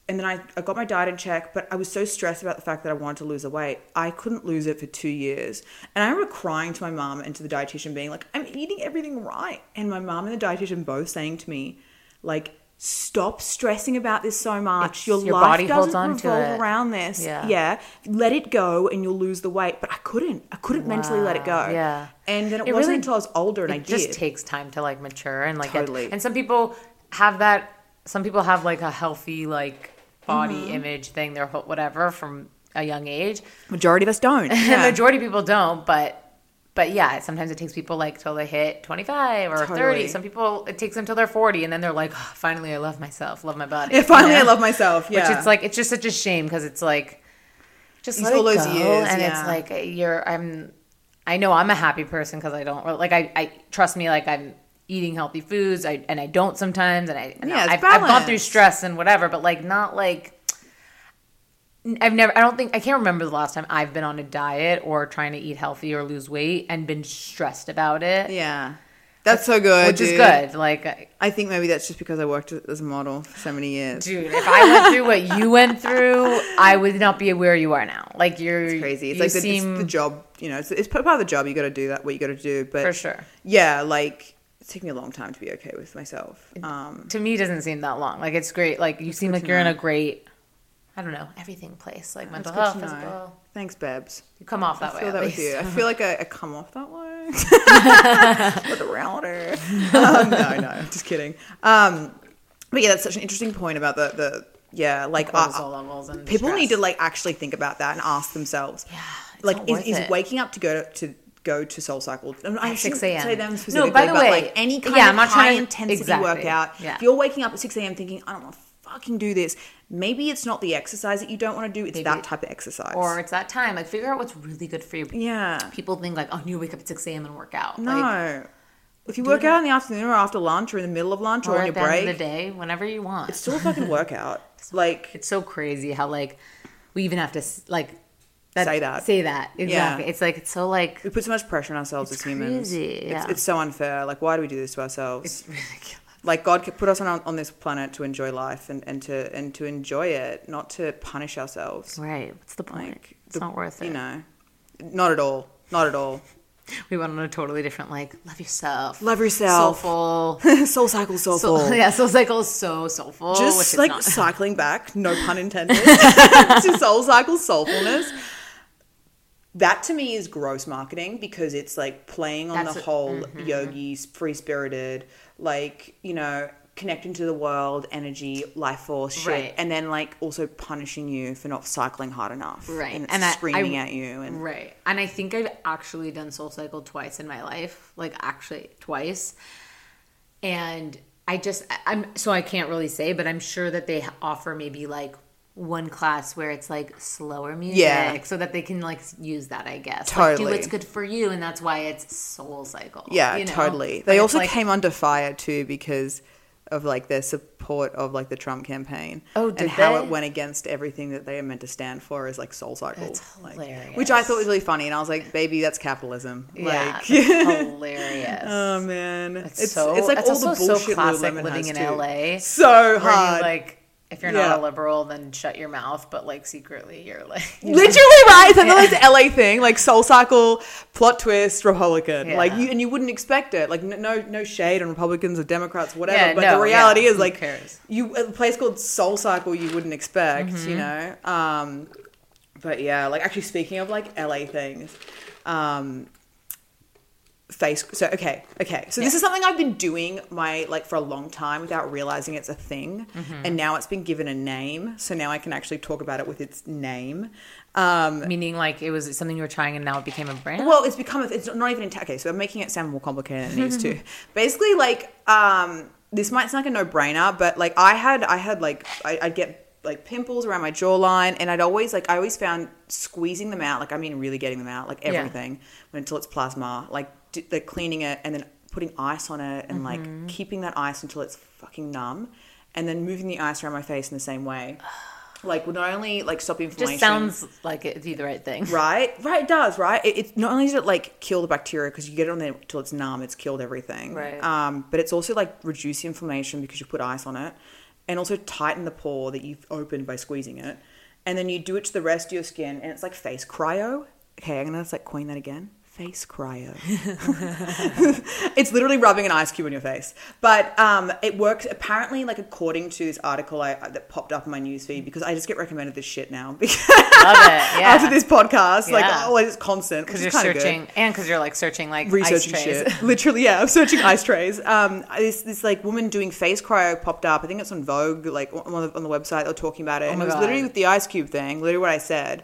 and then I, I got my diet in check, but I was so stressed about the fact that I wanted to lose the weight. I couldn't lose it for two years. And I remember crying to my mom and to the dietitian being like, I'm eating everything right. And my mom and the dietitian both saying to me, like, stop stressing about this so much.
It's-
your,
your
life
body holds
doesn't
on to
revolve
it.
around this.
Yeah.
Let it go and you'll lose the weight. But I couldn't. I couldn't mentally let it go.
Wow. Yeah.
And then it,
It
wasn't
really-
until I was older and I
it
did.
just takes time to like mature and like get-
Totally.
and some people have that some people have like a healthy like body
Mm-hmm.
image thing their whole whatever from a young age
Majority of us don't.
and
Yeah.
the majority of people don't but but yeah sometimes it takes people like till they hit 25 or 30
Totally.
some people it takes them till they're 40 and then they're like "Oh, finally i love myself love my body
Yeah, finally,
You
I
know?
love myself. Yeah.
Which it's like it's just such a shame because it's like just
These
let it
all those
go,
years,
and
yeah.
it's like you're I'm I know I'm a happy person because I don't like I, I trust me like I'm eating healthy foods I and I don't sometimes and I and
Yeah, it's
I've, I've gone through
balanced.
stress and whatever but like not like I've never I don't think I can't remember the last time I've been on a diet or trying to eat healthy or lose weight and been stressed about it
yeah. That's so good.
which is
dude.
good like
I think maybe that's just because I worked as a model for so many years.
Dude, if I went through what you went through, I would not be where you are now. Like you're
It's crazy. It's
you
like the,
seem
it's the job, you know, it's, it's part of the job. You got to do that, what you got to do. But
for sure.
yeah, like it took me a long time to be okay with myself. Um,
To me, it doesn't seem that long. Like it's great. Like you seem like you're in a great, I don't know, everything place. Like
that's
mental
good
health,
to know.
physical.
Thanks, Babs.
You come off that
I
way.
feel
at
Oh, that
least.
with you. I feel like I, I come off that way. with the router. Um, no, no, I'm just kidding. Um, but yeah, that's such an interesting point about the, the yeah, like uh,
Cortisol levels and
people
stress.
need to like actually think about that and ask themselves. Yeah,
it's
like
not
is,
worth
is
it.
waking up to go to, to go to Soul Cycle? I mean, I
At
shouldn't
6 a.m..
Say them
No,
specifically,
by the
but
way,
like any kind
yeah,
of
I'm not
high
trying to-
intensity
exactly.
workout.
Yeah.
If you're waking up at 6 a.m. thinking I don't want to fucking do this, maybe it's not the exercise that you don't want to do. It's that type of exercise.
Or it's that time. Like figure out what's really good for you.
yeah,
People think like, oh, you wake up at six a.m. and work out.
no.
Like,
if you work out in the afternoon or after lunch or in the middle of lunch or,
or
on
at
your
the end of
break,
the day, whenever you want.
it's still a fucking workout. Like
It's so crazy how like we even have to s- like
Say that.
Say that exactly. It's like it's so like
we put so much pressure on ourselves as humans.
crazy,
It's,
yeah.
it's so unfair. Like why do we do this to ourselves?
it's ridiculous.
like God could put us on on this planet to enjoy life and, and to and to enjoy it, not to punish ourselves.
Right. What's the point?
Like,
it's
the-
not worth it.
You know, not at all. Not at all.
We went on a totally different like love yourself.
Love yourself.
Soulful.
soul cycle, soul.
Soul,
full.
yeah, soul cycle is so soulful. which
Just
it's
like
not.
cycling back, no pun intended, to soul cycle soulfulness. That to me is gross marketing because it's like playing on
That's
the
a- mm-hmm.
whole yogi, free spirited, like, you know, connecting to the world, energy, life force shit.
Right.
And then like also punishing you for not cycling hard enough.
Right.
And, it's
And I- I-
screaming at you. And
Right. And I think I've actually done Soul Cycle twice in my life, like actually twice. And I just, I- I'm, so I can't really say, but I'm sure that they offer maybe like one class where it's like slower music
Yeah.
so that they can like use that, I guess. Like
Totally.
do what's good for you. And that's why it's Soul Cycle.
Yeah,
you know?
totally.
But
They
it's
also
like-
came under fire too because of like their support of like the Trump campaign.
Oh, did
and how
they?
it went against everything that they are meant to stand for is like soul cycle.
That's
like,
hilarious.
which I thought was really funny and I was like, baby, that's capitalism.
Yeah.
Like
that's hilarious.
Oh man. It's,
it's so,
it's like
that's
all the
also
bullshit
so classic
Lululemon
living in
has, too.
LA.
So
Where you
hard.
like, if you're
Yeah.
not a liberal, then shut your mouth, but like secretly you're like,
Literally right, it's another LA thing, like Soul Cycle, plot twist, Republican,
Yeah.
like you, and you wouldn't expect it, like n- no, no shade on Republicans or Democrats, whatever.
Yeah,
but
no,
the reality
yeah,
is,
who
like,
cares? Mm-hmm.
you a place called Soul Cycle, you wouldn't expect, you know. Um, but yeah, like actually speaking of like LA things, um, face. So okay, okay. So this is something I've been doing my like for a long time without realizing it's a thing,
Mm-hmm.
and now it's been given a name. So now I can actually talk about it with its name. Um,
meaning like it was something you were trying and now it became a brand.
well, it's become a, it's not even in tech. Okay, so I'm making it sound more complicated than it needs to. Basically, like um, this might sound like a no brainer, but like I had I had like I, I'd get like pimples around my jawline, and I'd always like I always found squeezing them out. Like I mean, really getting them out, like
Yeah.
everything until it's plasma. Like d- like cleaning it and then putting ice on it and
Mm-hmm.
like keeping that ice until it's fucking numb, and then moving the ice around my face in the same way. Like would not only like stop
it
inflammation.
just sounds like it do the right thing.
Right, right, it does, right. It, it's not only does it like kill the bacteria because you get it on there till it's numb, it's killed everything.
Right.
Um, but it's also like reduce the inflammation because you put ice on it, and also tighten the pore that you've opened by squeezing it, and then you do it to the rest of your skin, and it's like face cryo. Okay, I'm gonna just like coin that again. face cryo. it's literally rubbing an ice cube on your face. But um, it works apparently, like according to this article I, that popped up in my newsfeed because I just get recommended this shit now.
Love it. Yeah.
After this podcast, like
Yeah.
oh, it's constant
because
because
you're searching and because you're like searching like
researching
ice trays.
shit. Literally, yeah, I'm searching ice trays. Um, this this like woman doing face cryo popped up. I think it's on Vogue, like on the, on the website. They were talking about it, and
Oh my
it was
God.
literally with the ice cube thing. Literally what I said,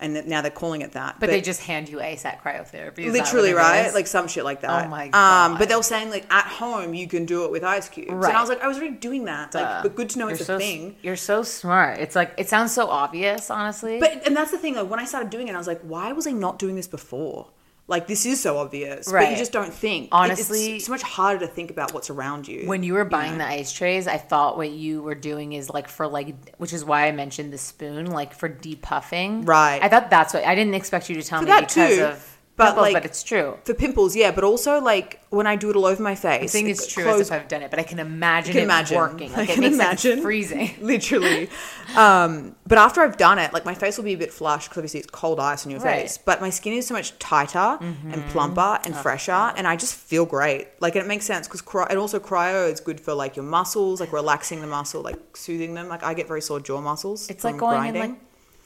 and that- now they're calling it that.
But they just hand you ice at cryotherapy. Is that what
literally
it
right,
is?
like some shit like that.
Oh my
Um,
God.
but they were saying like at home you can do it with ice cubes,
Right.
and I was like, I was already doing that.
Duh.
Like, but good to know
You're
it's a
so s-
thing.
You're so smart. It's like it sounds so obvious, honestly.
But and that's the thing. Like when I started doing it, I was like, why was I not doing this before? Like this is so obvious, but
Right.
you just don't think. It-
Honestly-
it's so much harder to think about what's around you.
when you were buying the ice trays, I thought what you were doing is like for like, which is why I mentioned the spoon, like for depuffing.
Right.
I thought that's what I didn't expect you to tell me
that
because
too,
of
but,
pimples,
like,
but it's true.
for pimples, yeah, but also like when I do it all over my face.
I think it's true as if I've done it, but I can imagine
can
it
imagine.
working.
I
Like it
can
makes sense.
imagine.
It's freezing.
literally. Um, but after I've done it, like my face will be a bit flushed because obviously it's cold ice on your
Right. Mm-hmm. Oh,
face. But my skin is so much tighter and plumper and fresher, and I just feel great. Like and it makes sense because cry- and also cryo is good for like your muscles, like relaxing the muscle, like soothing them. Like I get very sore jaw muscles.
It's like
from
going
grinding.
in like,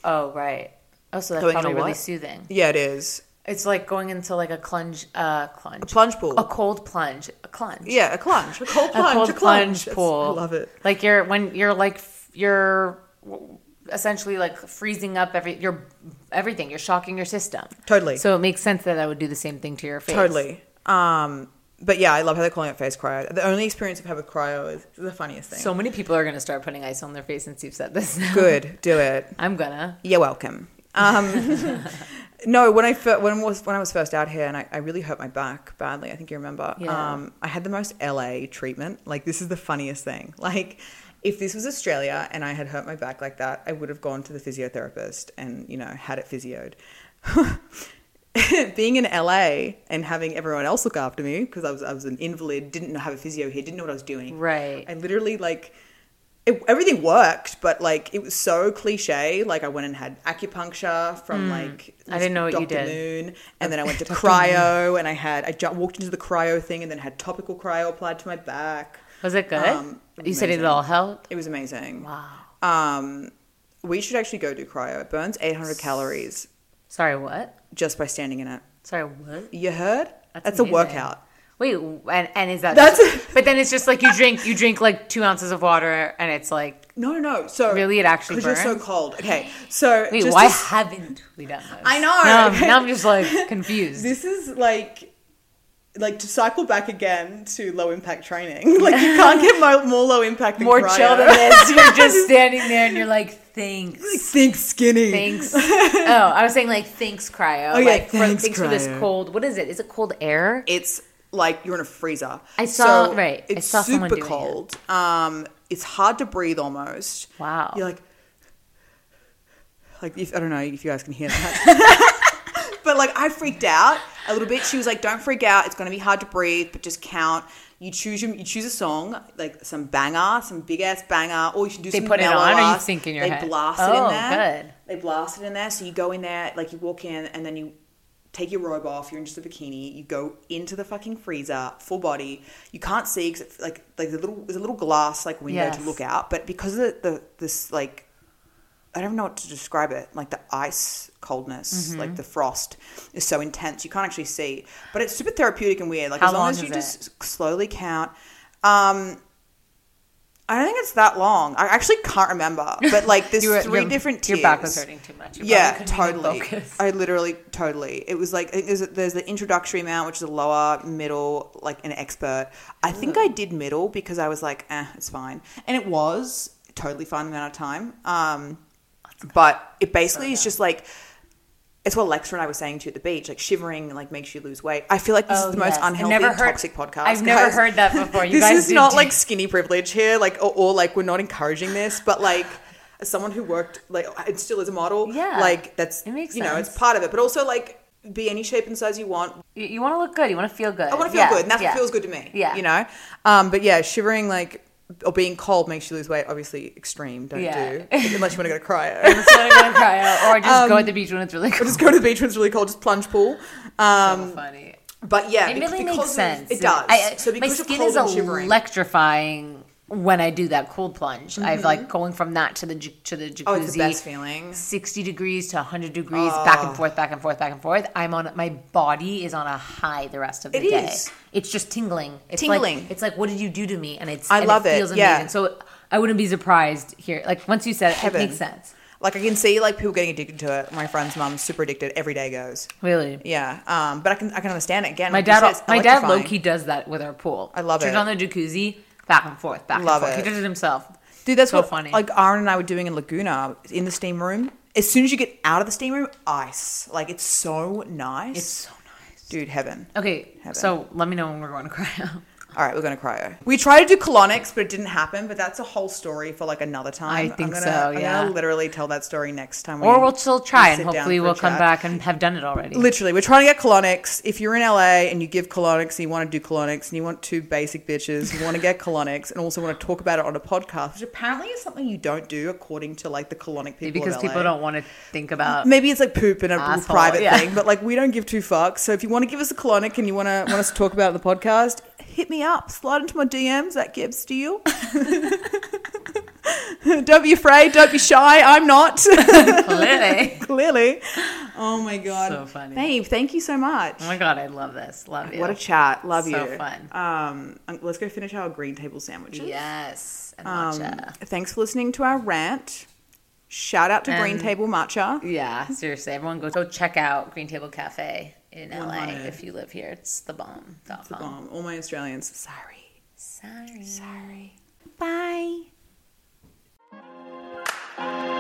oh right. Oh, so that's
Going in a
probably really
what?
soothing.
yeah, it is
It's like going into like a clunge, uh, clunge,
a plunge pool.
a cold plunge, a clunge.
yeah, a plunge, a cold
a
plunge,
cold
a
plunge,
plunge, That's-
pool.
I love it.
Like you're when you're like f- you're w- essentially like freezing up every your everything. You're shocking your system.
Totally.
So it makes sense that I would do the same thing to your face.
Totally. Um, but yeah, I love how they're calling it face cryo. The only experience I've had with cryo is the funniest thing.
So many people are gonna start putting ice on their face since you've said this.
good, do it.
I'm gonna.
You're welcome. Um, no, when I fir- when was when I was first out here, and I, I really hurt my back badly. I think you remember.
Yeah.
Um, I had the most LA treatment. Like this is the funniest thing. Like if this was Australia and I had hurt my back like that, I would have gone to the physiotherapist and you know had it physioed. Being in LA and having everyone else look after me because I was I was an invalid, didn't have a physio here, didn't know what I was doing.
Right.
I literally like it, everything worked, but like it was so cliche. Like I went and had acupuncture from like
Hmm. I didn't know what
Dr.
you did.
Moon, and then I went to cryo, and I had I ju- walked into the cryo thing, and then had topical cryo applied to my back.
Was it good?
Um,
you said it
amazing.
all helped.
It was amazing.
Wow.
Um, we should actually go do cryo. It burns 800 calories
Sorry, what?
just by standing in it.
Sorry, what?
You heard? That's, a
amazing.
workout.
Wait, and, and is that
That's-
but then it's just like you drink you drink like two ounces of water and it's like
No, no, no. So
Really? It actually
because you're so
burns?
cold. Okay, so
wait
just
why
to
haven't we done this?
I know,
Now, I'm-
okay.
now I'm just like confused.
this is like like to cycle back again to low impact training like you can't get mo- more low impact than
more
cryo.
chill than this. You're just standing there and you're like, thanks.
think skinny
Thanks. Oh, I was saying like thanks, cryo.
Oh, yeah,
like for,
thanks,
thanks for this
cryo.
cold. What is it? Is it cold air?
it's like you're in a freezer
I saw- right, I
it's
saw
super
someone doing it.
cold um it's hard to breathe almost
Wow.
you're like like if, i don't know if you guys can hear that but like i freaked out a little bit she was like don't freak out it's going to be hard to breathe but just count you choose your, you choose a song like some banger some big ass banger or you should do
They
some
put it
mellow
on or you
ass.
think in your
they
head?
blast it
Oh,
in there
good.
they blast it in there so you go in there like you walk in and then you take your robe off you're in just a bikini you go into the fucking freezer full body you can't see because like like the little there's a little glass like window
Yes.
to look out but because of the, the this like I don't know what to describe it. Like the ice coldness,
Mm-hmm.
like the frost is so intense. You can't actually see, but it's super therapeutic and weird. Like
How
as long,
long
as you
is it?
just slowly count. Um, I don't think it's that long. I actually can't remember, but like there's
You were-
three
your-
different tiers.
Your back was hurting too much. You probably
Yeah,
couldn't even
totally.
focus.
I literally totally. It was like I think there's, there's the introductory amount, which is a lower, middle, like an expert. I think I did middle because I was like, eh, it's fine, and it was totally fine amount of time. Um, but it basically is just like. It's what Lexa and I were saying to you at the beach, like shivering like makes you lose weight. I feel like this
Oh,
is the
yes.
most
I've
unhealthy,
never
and
heard-
toxic podcast.
I've never
guys.
heard that before. You
this
guys
is
did
not
do-
like skinny privilege here, like or, or like we're not encouraging this, but like as someone who worked like and still is a model,
Yeah.
like that's
It makes
you know it's
sense.
part of it, but also like be any shape and size you want.
You, want to look good. You want to feel good.
I want to feel good, and that's what feels good to me.
Yeah.
you know. Um, but yeah, shivering like or being cold makes you lose weight. Obviously, extreme. Don't
Yeah.
do unless you want to go to cryo.
That's what I'm gonna cry out. Or just
Um,
go at the beach when it's really cold.
just go to the beach when it's really cold. Just plunge pool. Um,
so funny.
but yeah,
It
bec-
really
because
makes
of-
sense.
It does.
I-
so
my
because of
skin
cold
is
and shivering.
electrifying when I do that cold plunge. I've like going from that to the ju- to the jacuzzi.
Mm-hmm. Oh, it's the best feeling. Oh.
60 degrees to 100 degrees, back and forth, back and forth, back and forth. I'm on my body is on a high the rest of the
It
day.
is.
It's just tingling. It's
Tingling.
Like, it's like what did you do to me? And it's
I
and
love it,
feels
yeah.
amazing. So I wouldn't be surprised here. Like once you said it,
Heaven.
it makes sense.
Like I can see like people getting addicted to it. My friend's mum's super addicted. Every day goes.
Really.
Yeah. Um. But I can I can understand it again.
My
like you
dad,
said, it's
my dad,
electrifying.
low key does that with our pool.
I love
Turns
it.
on the jacuzzi, back and forth, back
Love
and forth.
it.
He did it himself.
Dude, that's
So
what
funny.
like Aaron and I were doing in Laguna in the steam room. As soon as you get out of the steam room, ice. Like it's so nice.
It's so nice.
dude heaven.
Okay,
Heaven.
so let me know when we're going to cry out.
All right, we're gonna cryo. We tried to do colonics, but it didn't happen. But that's a whole story for like another time.
I think
I'm gonna,
so,
I'm
yeah.
gonna literally tell that story next time.
Or we'll still try, and
sit down
hopefully
for a
we'll come
chat.
back and have done it already.
Literally, we're trying to get colonics. If you're in LA and you give colonics and you want to do colonics and you want two basic bitches, you want to get colonics and also want to talk about it on a podcast, which apparently is something you don't do according to like the Oh colonic people.
because
of
people
LA.
don't want to think about.
Maybe it's like poop and a little
Asshole,
private
yeah.
thing, but like we don't give two fucks. So if you want to give us a colonic and you want to want us to talk about it on the podcast, hit me up, slide into my DMs at Gibbs to you. don't be afraid, don't be shy. I'm not
Clearly.
clearly. Oh my god,
So funny.
babe. Thank you so much.
oh my god, I love this. Love you.
What a chat. Love
So
you.
fun.
Um, um, let's go finish our green table sandwiches.
Yes, and
Um,
matcha.
thanks for listening to our rant. Shout out to Green
And-
Table Matcha.
Yeah, seriously, everyone go go check out Green Table Cafe in LA
100.
if you live here. It's the bomb.
It's a bomb. All my Australians, sorry.
Sorry.
Sorry. Bye.